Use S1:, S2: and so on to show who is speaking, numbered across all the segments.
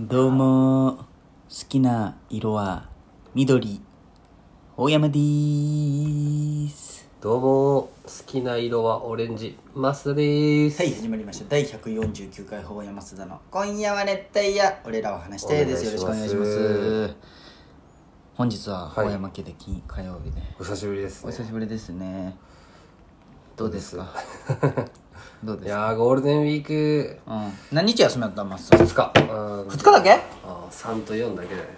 S1: どうも好きな色は緑大山でーす
S2: どうも好きな色はオレンジマスタでーす
S1: はい始まりました第149回法山須田の「今夜は熱帯夜俺らを話して」ですよろしくお願いします本日は
S2: はい
S1: 法山家で金火曜日で、
S2: お久しぶりです、
S1: お
S2: ね、
S1: 久しぶりですねどうです かどう
S2: い
S1: ですか
S2: やーゴールデンウィーク
S1: うん、何日休みだったマスター
S2: 2日2
S1: 2日だけ
S2: あー3と4だけだね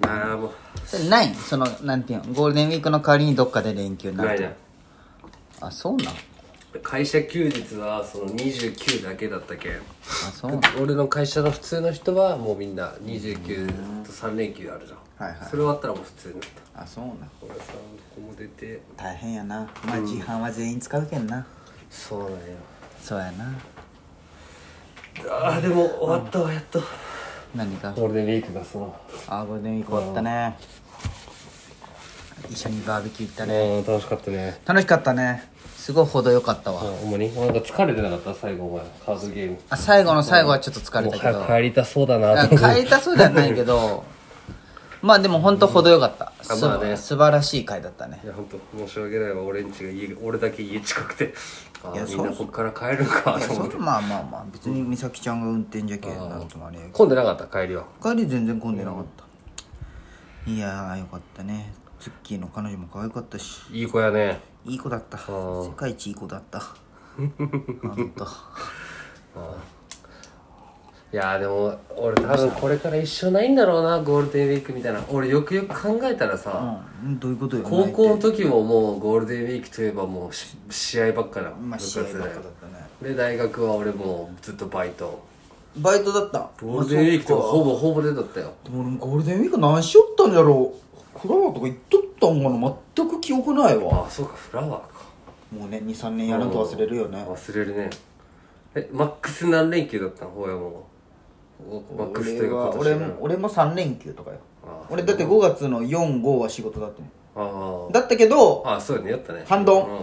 S2: なあも
S1: それないそのなんていうのゴールデンウィークの代わりにどっかで連休に
S2: う
S1: なる
S2: ない
S1: と
S2: な
S1: あそうなんあ
S2: 会社休日はその29だけだったけん
S1: そうなん
S2: 俺の会社の普通の人はもうみんな29と3連休あるじゃん、
S1: はいはい
S2: それ終わったらもう普通になった
S1: あそうなん
S2: 俺さどこも出て
S1: 大変やなまあ時半は全員使うけんな、
S2: そうなんよ
S1: そうやな
S2: あーでも終わったわやっと
S1: 何か
S2: ゴールデンウィークがその
S1: あゴールデンウィーク終わったね一緒にバーベキュー行ったね
S2: ね楽しかったね
S1: 楽しかったねすごい程よかったわ、
S2: 主になんか疲れてなかった最後お前カードゲーム
S1: あ最後の最後はちょっと疲れ
S2: もう
S1: たけど
S2: 早く帰りたそうだな
S1: あ
S2: と思って
S1: 帰りたそうじゃないけどまあでも本当程よかった、
S2: あ
S1: す
S2: まあね
S1: 素晴らしい回だったね
S2: いや本当申し訳ないわ俺んちが家俺だけ家近くてあ
S1: いや
S2: ーみんな
S1: そ
S2: こっから帰るかと
S1: そ
S2: 思っ
S1: う
S2: て
S1: まあまあまあ別に美咲ちゃんが運転じゃけえなんともあれやけど
S2: 混んでなかった帰りは
S1: 帰り全然混んでなかった、いやーよかったねツッキーの彼女も可愛かったし
S2: いい子やね
S1: いい子だった世界一いい子だった ほんと
S2: いやーでも俺多分これから一生ないんだろうなゴールデンウィークみたいな俺よくよく考えたらさ、
S1: うんどういうことよ
S2: 高校の時ももうゴールデンウィークといえばもうし試合ばっかだ、
S1: まあ
S2: 部
S1: 試
S2: 活
S1: 合
S2: で
S1: ばっかだったね
S2: で大学は俺もうずっとバイト
S1: バイトだった
S2: ゴールデンウィークとかほぼほぼ出とったよ
S1: でも俺もゴールデンウィーク何しよったんだろうフラワーとか行っとったんかな全く記憶ないわ
S2: ああそうかフラワーか
S1: もうね23年やらんと忘れるよね
S2: 忘れるねえマックス何連休だったのほうやもマックスと
S1: 俺
S2: いうか
S1: は
S2: 今
S1: 俺
S2: 年
S1: も俺も3連休とかよ
S2: あ
S1: 俺だって5月の45は仕事だったもん
S2: の
S1: だったけど
S2: あああそうやねやったね
S1: 半ドン
S2: うん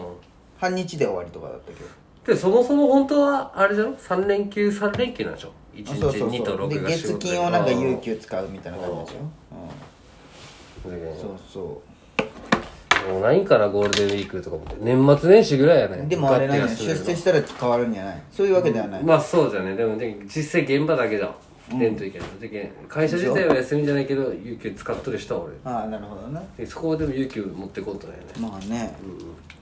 S1: 半日で終わりとかだったけど
S2: でそもそも本当はあれじゃろ3連休3連休なんでしょ1
S1: あそう
S2: 日
S1: そう
S2: 2
S1: そ
S2: と
S1: うで
S2: 6が仕
S1: 月
S2: 事
S1: 金をなんか有給使うみたいな感じでし
S2: ああ
S1: ょ、うん、そうそ
S2: もうないんかなゴールデンウィークとかも年末年始ぐらいやね
S1: うでもあれなんや
S2: ガッて
S1: 出
S2: 休める
S1: 世したら変わるんじゃないそういうわけではない、
S2: まあそうじゃねでもで実際現場だけじゃん、出んといけないじゃけん会社自体は休みじゃないけど有給使っとる人は俺
S1: ああなるほどね
S2: でそこでも有給持ってこうとだよね
S1: まあね、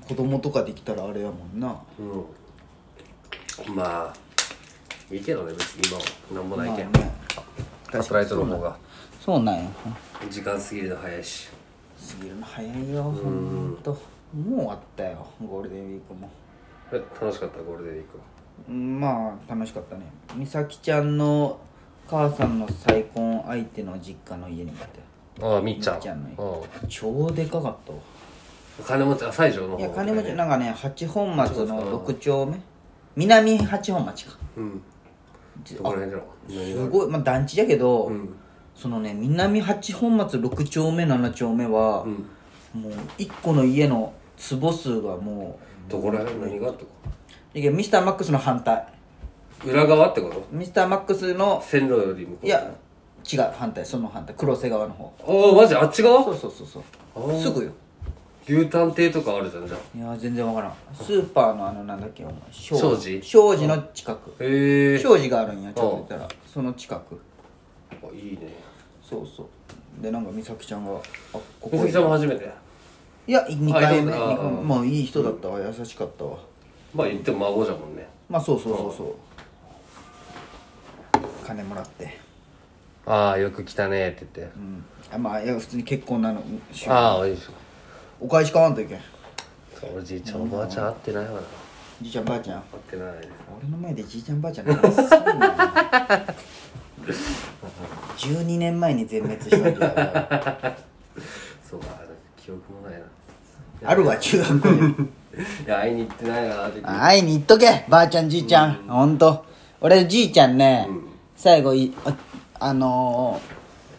S1: 子供とかできたらあれやもんな
S2: うんまあいいけどね別に今は何もないけん、
S1: まあね
S2: 働いとる方が
S1: そうなんや
S2: 時間過ぎるの早いし
S1: 過ぎるの早いよほんともう終わったよゴールデンウィークも
S2: え楽しかったゴールデンウィークは
S1: うんまあ楽しかったね美咲ちゃんの母さんの再婚相手の実家の家に行って
S2: ああみっちゃん
S1: みっちゃんの
S2: うん
S1: 超でかかったわ
S2: 金持ちあ西条の方
S1: いや金持ちなんかね八本松
S2: そう
S1: の6丁目南八本町か
S2: うんどこら辺じゃろ何
S1: す
S2: が
S1: ごい、まあ、団地だけど、
S2: ん
S1: そのね南八本松6丁目7丁目は、
S2: ん
S1: もう1個の家の坪数がも
S2: どこら辺何がってこ
S1: ういやミスターマックスの反対
S2: と裏側ってこと
S1: ミスターマックスの
S2: 線路より向こう
S1: い
S2: い
S1: や違う反対その反対黒瀬川の方
S2: ああマジあっち
S1: そ
S2: 側
S1: うそうそうそう
S2: あ
S1: すぐよ
S2: 牛タン亭とかあるじゃんじゃあ
S1: いや全然わからんスーパーのあのなんだっけお前
S2: 庄司
S1: 庄司の近く
S2: へえ
S1: 庄司があるんやちょっと言ったらその近く
S2: あいいね
S1: そうそうでなんか美咲ちゃんが「あここ
S2: 小杉さんも初めて
S1: いや2回目
S2: あいいな
S1: 二回目まあいい人だったわ優しかったわ
S2: まあ言っても孫じゃもんね
S1: まあそうそうそうそう金もらって
S2: ああよく来たねって言って
S1: うんあまあいや普通に結婚なのし
S2: ああおいし
S1: お返し買わんといけん
S2: ょおじいちゃんおばあちゃん会ってないわな
S1: じいちゃんばあちゃん
S2: 会ってない
S1: 俺の前でじいちゃんばあちゃんなんかすんな 12年前に全滅したんだよ
S2: そうか記憶もない な
S1: あるわ中学校に
S2: いや会いに行ってないなって
S1: あ会いに行っとけばあちゃんじいちゃん、ほんと俺じいちゃんね、最後いああの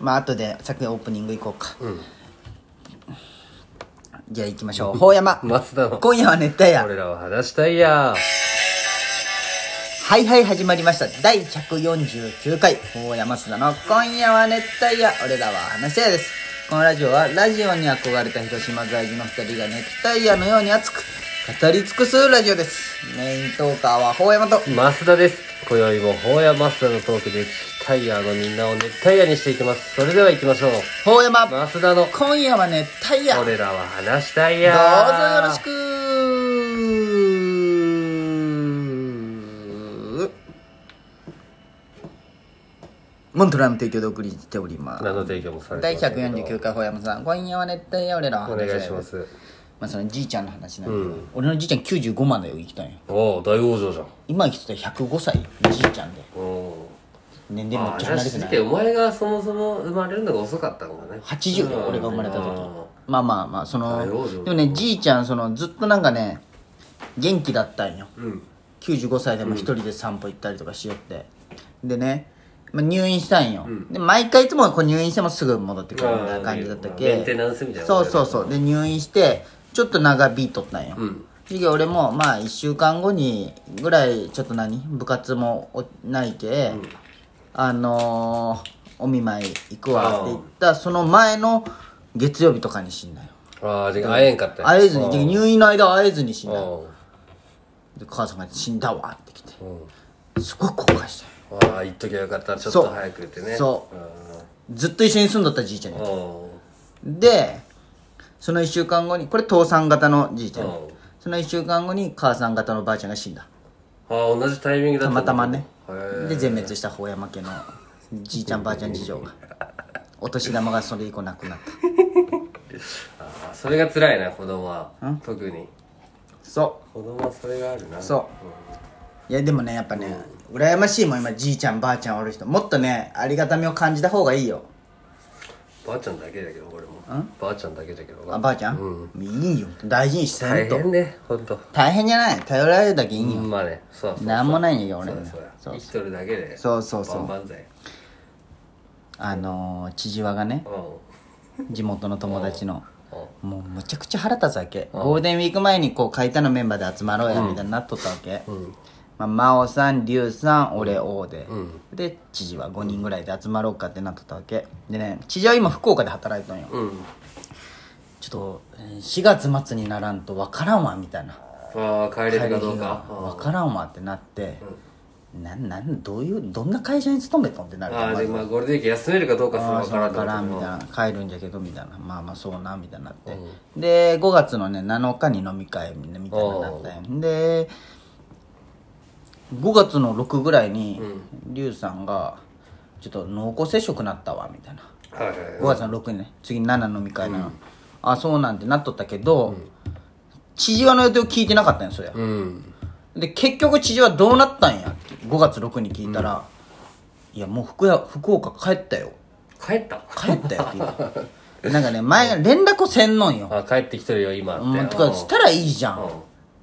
S1: ー、まあ後で昨夜オープニング行こうか、
S2: ん
S1: じゃあ行きましょう法山
S2: 松田の
S1: 今夜は熱帯夜
S2: 俺らは話したいや
S1: 「はいはい始まりました。第149回、大山須田の今夜は熱帯夜、俺らは話し合いです。このラジオは、ラジオに憧れた広島在住の二人が熱帯夜のように熱く語り尽くすラジオです。メイントーカーは大山と、
S2: 増田です今宵もホーヤ増田のトークでタイヤのみんなを熱帯夜にしていきますそれでは行きましょう
S1: 大山、
S2: 増田の
S1: 今夜は熱帯夜、どうぞ
S2: 俺らは話したいや
S1: よろしくモントラム提供でお送りしております。
S2: 何の提供もされ
S1: 第
S2: てませんけど
S1: 149回ほやまさん今夜は熱帯夜俺らは
S2: お願いします
S1: まあそのじいちゃんの話なんだけど、
S2: うん
S1: 俺のじいちゃん95万だよ生きたんよ
S2: おお大往生じゃん
S1: 今生きてたら105歳じいちゃんで
S2: お
S1: 年
S2: ー
S1: 齢め
S2: あ
S1: っ
S2: じ
S1: ちゃ
S2: ゃあ
S1: 離れ
S2: してて
S1: ない
S2: てお前がそもそも生まれるのが遅かったかもね
S1: 80よ俺が生まれた時
S2: うん
S1: まあまあまあそ
S2: 大往
S1: の
S2: 生
S1: でもねじいちゃんそのずっとなんかね元気だったんよ
S2: うん
S1: 95歳でも一人で散歩行ったりとかしよって、でね、まあ、入院したんよ、で毎回いつもこう入院してもすぐ戻ってくるみたいな感じだったっけ
S2: あーメンテナンスみたいな
S1: そうそうそうで入院してちょっと長引いとったんよ、
S2: うん
S1: 次俺もまあ1週間後にぐらいちょっと何部活もおないけ、あのーお見舞い行くわって言ったその前の月曜日とかに死んだよ
S2: ああじゃあ会えんかった
S1: 会えずに
S2: で
S1: で入院の間会えずに死んだよ
S2: あ
S1: で母さんが死んだわって来てすごい後悔したよ
S2: あー言っときゃよかったちょっと早く言ってね
S1: そうずっと一緒に住んどったじいちゃんに
S2: んうん
S1: でその1週間後にこれ父さん型のじいちゃん
S2: うん
S1: その1週間後に母さん型のばあちゃんが死んだ
S2: ああ同じタイミングだ
S1: た
S2: った
S1: またまね
S2: へー
S1: で全滅した法山家のじいちゃんばあちゃん事情がお年玉がそれ以降なくなった
S2: あーそれが辛いな子供は特に
S1: そ
S2: 子供はそれがあるな
S1: うそういやでもねやっぱね羨ましいもん今じいちゃんばあちゃんおる人もっとねありがたみを感じた方がいいよ
S2: ばあちゃんだけだけど俺もばあちゃんだけだけど
S1: あばあちゃん、いいよ大事にして
S2: 大
S1: んと
S2: 変ねほんと
S1: 大変じゃない頼られるだけいいよ、
S2: うんまあねそうそうそう
S1: なんもないんやけど俺
S2: そう
S1: もね
S2: だそうだ
S1: そう
S2: 生きとるだけで
S1: そうそうそう
S2: 万々歳
S1: あのー、千々和がね
S2: うん
S1: 地元の友達の
S2: うん
S1: もうむちゃくちゃ腹立つわけゴールデンウィーク前にこう書いたのメンバーで集まろうやみたいになっとったわけ、まあ、真央さん龍さん俺王で、で知事は5人ぐらいで集まろうかってなっとったわけでね知事は今福岡で働いとんよ、
S2: うん
S1: ちょっとえー4月末にならんと分からんわみたいな
S2: ああ帰れるかどうか
S1: 分からんわってなって、なんなんどういうどんな会社に勤めとんってなる
S2: あ
S1: から
S2: あでまあゴールデンウィーク休めるかどうかすら
S1: ああ
S2: わ
S1: そう
S2: から
S1: わ
S2: ん
S1: からんみ
S2: み
S1: た
S2: た
S1: いな
S2: い
S1: 帰るんじゃけどみたいなまあまあそうなみたいになって、で5月のね7日に飲み会みたいになったんよで5月の6ぐらいにリュウさんが「ちょっと濃厚接触なったわ」みたいな
S2: はいはいはい
S1: 5月の6にね次7飲み会なの、あそうなんてなっとったけど、知事はの予定を聞いてなかったんよそりゃ
S2: うん
S1: で結局知事はどうなったんやって5月6に聞いたら「いやもう福屋福岡帰ったよ」
S2: 帰った
S1: 帰ったよって言うなんかね前が連絡をせんのんよ
S2: あ帰ってきてるよ今って
S1: うんとかしたらいいじゃん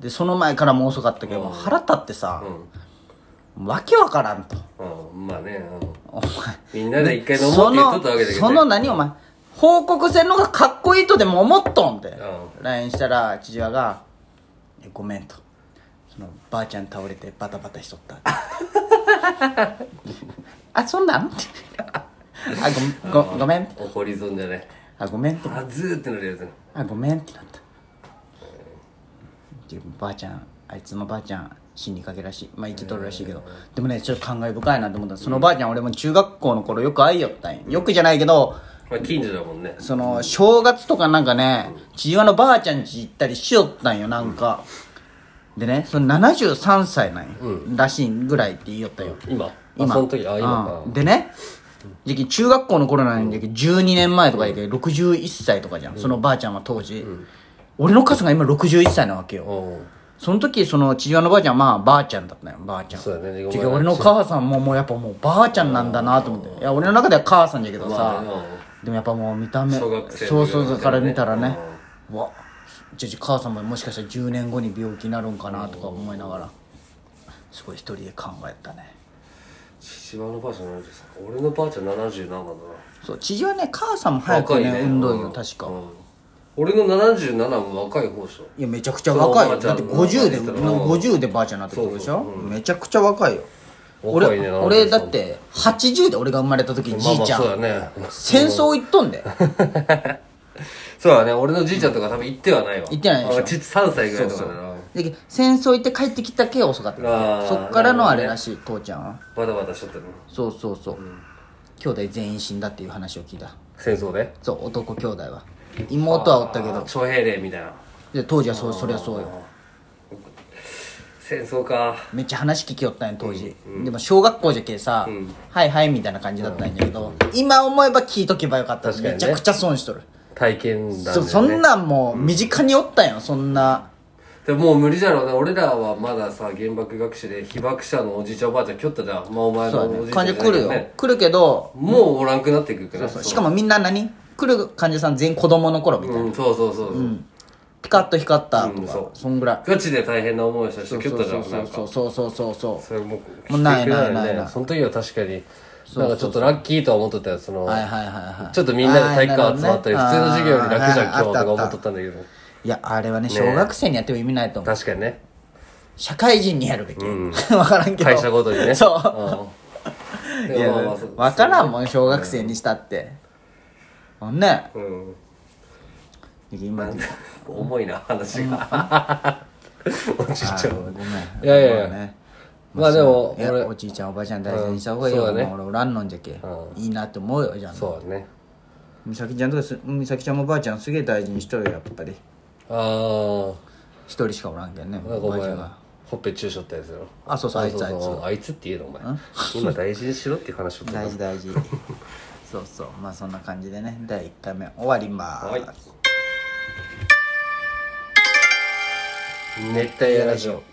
S1: でその前からもう遅かったけどもう腹立ってさわけわからんと
S2: うんうんまあねうん
S1: お
S2: みんなで一回
S1: 前
S2: 飲も
S1: そ
S2: うって言っとったわけ
S1: の
S2: だけどね
S1: その何お前報告せんのがかっこいいとでも思っとんって
S2: う
S1: LINE したら父親が「えごめん」と「そのばあちゃん倒れてバタバタしと った」あそんなん?」って「あごごごめん」って
S2: 怒り損じゃない
S1: 「あごめん」って
S2: あずーってなるやつね
S1: あごめんってなったでばあちゃんあいつのばあちゃん死にかけらしいまあ生きとるらしいけどでもねちょっと感慨深いなと思ったそのばあちゃん俺も中学校の頃よく会いよったんよよくじゃないけど
S2: まあ近所だもんね
S1: その正月とかなんかね父親のばあちゃん家行ったりしよったんよなんかでねその73歳なんよ、らしいぐらいって言いよったよ
S2: 今あその時あ今
S1: うんでねじゃけ中学校の頃なんだけど12年前とかやけど61歳とかじゃん、そのばあちゃんは当時、俺の母さんが今61歳なわけよ、
S2: かうん
S1: その時その父親のばあちゃんはまあばあちゃんだったのよばあちゃん
S2: そうだね
S1: じゃけ俺の母さんももうやっぱもうばあちゃんなんだなと思っていや俺の中では母さんじゃけど
S2: まあ
S1: さ、
S2: ね
S1: でもやっぱもう見た目
S2: 小学生の
S1: そう
S2: 時
S1: そうそう
S2: だ
S1: か
S2: からら
S1: 見
S2: ね
S1: たらね、わじゃあ母さんももしかしたら10年後に病気になるんかなとか思いながらすごい一人で考えたね
S2: 父親のばあちゃん70歳俺のばあちゃん70何番だな
S1: そう父親ね母さんも早くね
S2: 若いね
S1: 運動員
S2: う
S1: の
S2: ん
S1: 確か、
S2: うん俺の77も若い方でしょ
S1: いやめちゃくちゃ若いよ
S2: その
S1: だ
S2: おばあ
S1: って
S2: ちゃんの
S1: 50で
S2: おばあちゃん
S1: 50でばあちゃんにな
S2: の
S1: ってことでしょめちゃくちゃ若いよ俺
S2: 若いねなんか
S1: 俺だって80で俺が生まれた時
S2: まあ
S1: じ
S2: ま
S1: い
S2: あ
S1: ちゃ
S2: そうんだね
S1: 戦争行っとんで
S2: そうだね俺のじいちゃんとか多分行ってはないわ
S1: 行ってないでしょ
S2: あち3歳ぐらいとかだな
S1: だけど戦争行って帰ってきたけ遅かった
S2: あー
S1: そっからのあれらしい父ちゃんは
S2: バタバタしとったの
S1: そうそうそう兄弟全員死んだっていう話を聞いた
S2: 戦争で
S1: そう男兄弟は妹はおったけ
S2: あ
S1: ど
S2: ー徴兵令みたいな
S1: で当時はそうそりゃそうよ
S2: 戦争か
S1: めっちゃ話聞きよったんや当時、でも小学校じゃけさ、はいはいみたいな感じだったんやけど、今思えば聞いとけばよかった
S2: 確かにね
S1: めちゃくちゃ損しとる、
S2: 体験談だよ
S1: そ
S2: ね
S1: そんなんもう身近におったんよそんな
S2: でももう無理じゃろうね俺らはまださ原爆学習で被爆者のおじいちゃんおばあちゃん来よったじゃんまあお前
S1: そう
S2: の
S1: だね
S2: おじいちゃ
S1: 患
S2: んじ
S1: 者
S2: ゃな
S1: 来る
S2: い
S1: よ、来るけど
S2: もうおらんくなってくるから
S1: そうしかもみんな何来る患者さん全員子供の頃みたいな、
S2: うんそうそうそうそう、
S1: ピカッと光ったとか、
S2: うん
S1: そ
S2: そうん
S1: ぐらい
S2: ガチで大変な思いをした
S1: そ
S2: 人
S1: う
S2: 来よ
S1: そ
S2: っ
S1: う
S2: たじ
S1: そ
S2: ゃ
S1: うん
S2: なんか
S1: そうそうそうそうそう
S2: それも
S1: もうないないない
S2: 来てくれよ
S1: ない
S2: ねその時は確かになんかちょっとラッキーとは思っとったよその
S1: はいはいはいはい
S2: ちょっとみんなで体育館集まったり、
S1: あー
S2: 普通の授業より楽じゃん、
S1: な
S2: 今日
S1: るほ
S2: と
S1: どねあーあー
S2: か
S1: あ
S2: 思
S1: あ
S2: っとったんだけど。
S1: いやあれはね小学生にやっても意味ないと思う
S2: 確かにね。
S1: 社会人にやるべき、 わからんけど
S2: 会社ごとにね。
S1: そう
S2: うん。
S1: い
S2: で
S1: や
S2: もまあまあそう
S1: わからんもん小学生にしたってあんね
S2: うん。
S1: 今の
S2: 重いな、話が。おじいちゃんは
S1: ごめん
S2: いやいやい や
S1: まあね
S2: まあでも、
S1: いや
S2: 俺、
S1: おじいちゃんおばあちゃん大事にした方がいいよ、
S2: うんそうだね
S1: もう俺おらんのんじゃけ、
S2: う
S1: いいなって思うよじゃん
S2: そうだね。
S1: 美咲ちゃんとかす美咲ちゃんもばあちゃんすげえ大事にしとるよやっぱり
S2: あ
S1: 一人しかおらんけんね
S2: あ、なんか
S1: お
S2: お
S1: ばあち
S2: 前
S1: ゃんが、
S2: ほっぺ中傷ってやつやろ。
S1: あそうそうあいつあいつ
S2: そうあいつって言うの、お前。今大事にしろっていう話をとった
S1: 大事大 事そうそうまあそんな感じでね第1回目終わります、
S2: はい熱帯夜ラジオ。